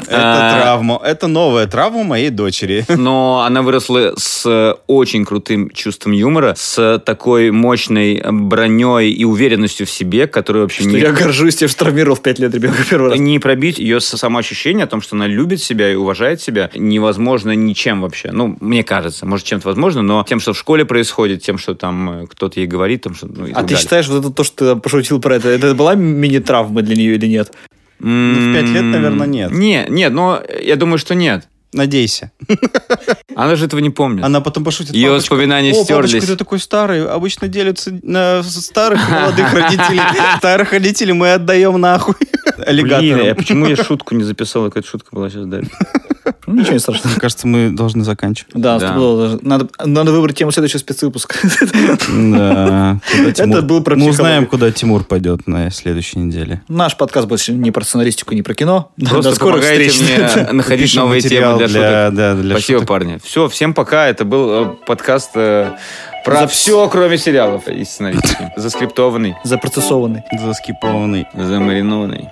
Это травма. Это новая травма моей дочери. но она выросла с э, очень крутым чувством юмора, с такой мощной э, броней и уверенностью в себе, которая вообще Что не, Я горжусь тем, что травмировал в 5 лет ребенка первый раз. не пробить ее со- самоощущение о том, что она любит себя и уважает себя, невозможно ничем вообще. Ну, мне кажется, может, чем-то возможно, но тем, что в школе происходит, тем, что там э, кто-то ей говорит, там, что... ну, и А так ты далее. считаешь, вот это то, что ты пошутил про это, это была мини-травма для нее или нет? М, в пять лет, наверное, нет. М-м, Не, нет, но я думаю, что нет. Надейся. Она же этого не помнит. Она потом пошутит. Ее «Папочка, воспоминания О, стерлись. папочка, ты такой старый. Обычно делятся на старых и *laughs* молодых родителей. Старых родителей мы отдаем нахуй. Блин, а Аллигаторам. почему я шутку не записал? Какая-то шутка была сейчас, да. Ну, Ничего не страшного. *laughs* Мне кажется, мы должны заканчивать. Да, Да. наступило даже- Надо, надо выбрать тему следующего спецвыпуска. *laughs* Да. куда Это Тимур- был про Мы психологию. узнаем, куда Тимур пойдет на следующей неделе. Наш подкаст больше не про сценаристику, не про кино. Просто До скорых помогайте встреч. *laughs* *laughs* мне находить Пишем новые темы материал для шуток. Да, для Спасибо, парни. Все, всем пока. Это был э, подкаст э, про все, кроме сериалов и сценаристики. Заскриптованный, Запроцессованный. Заскипованный. замаринованный.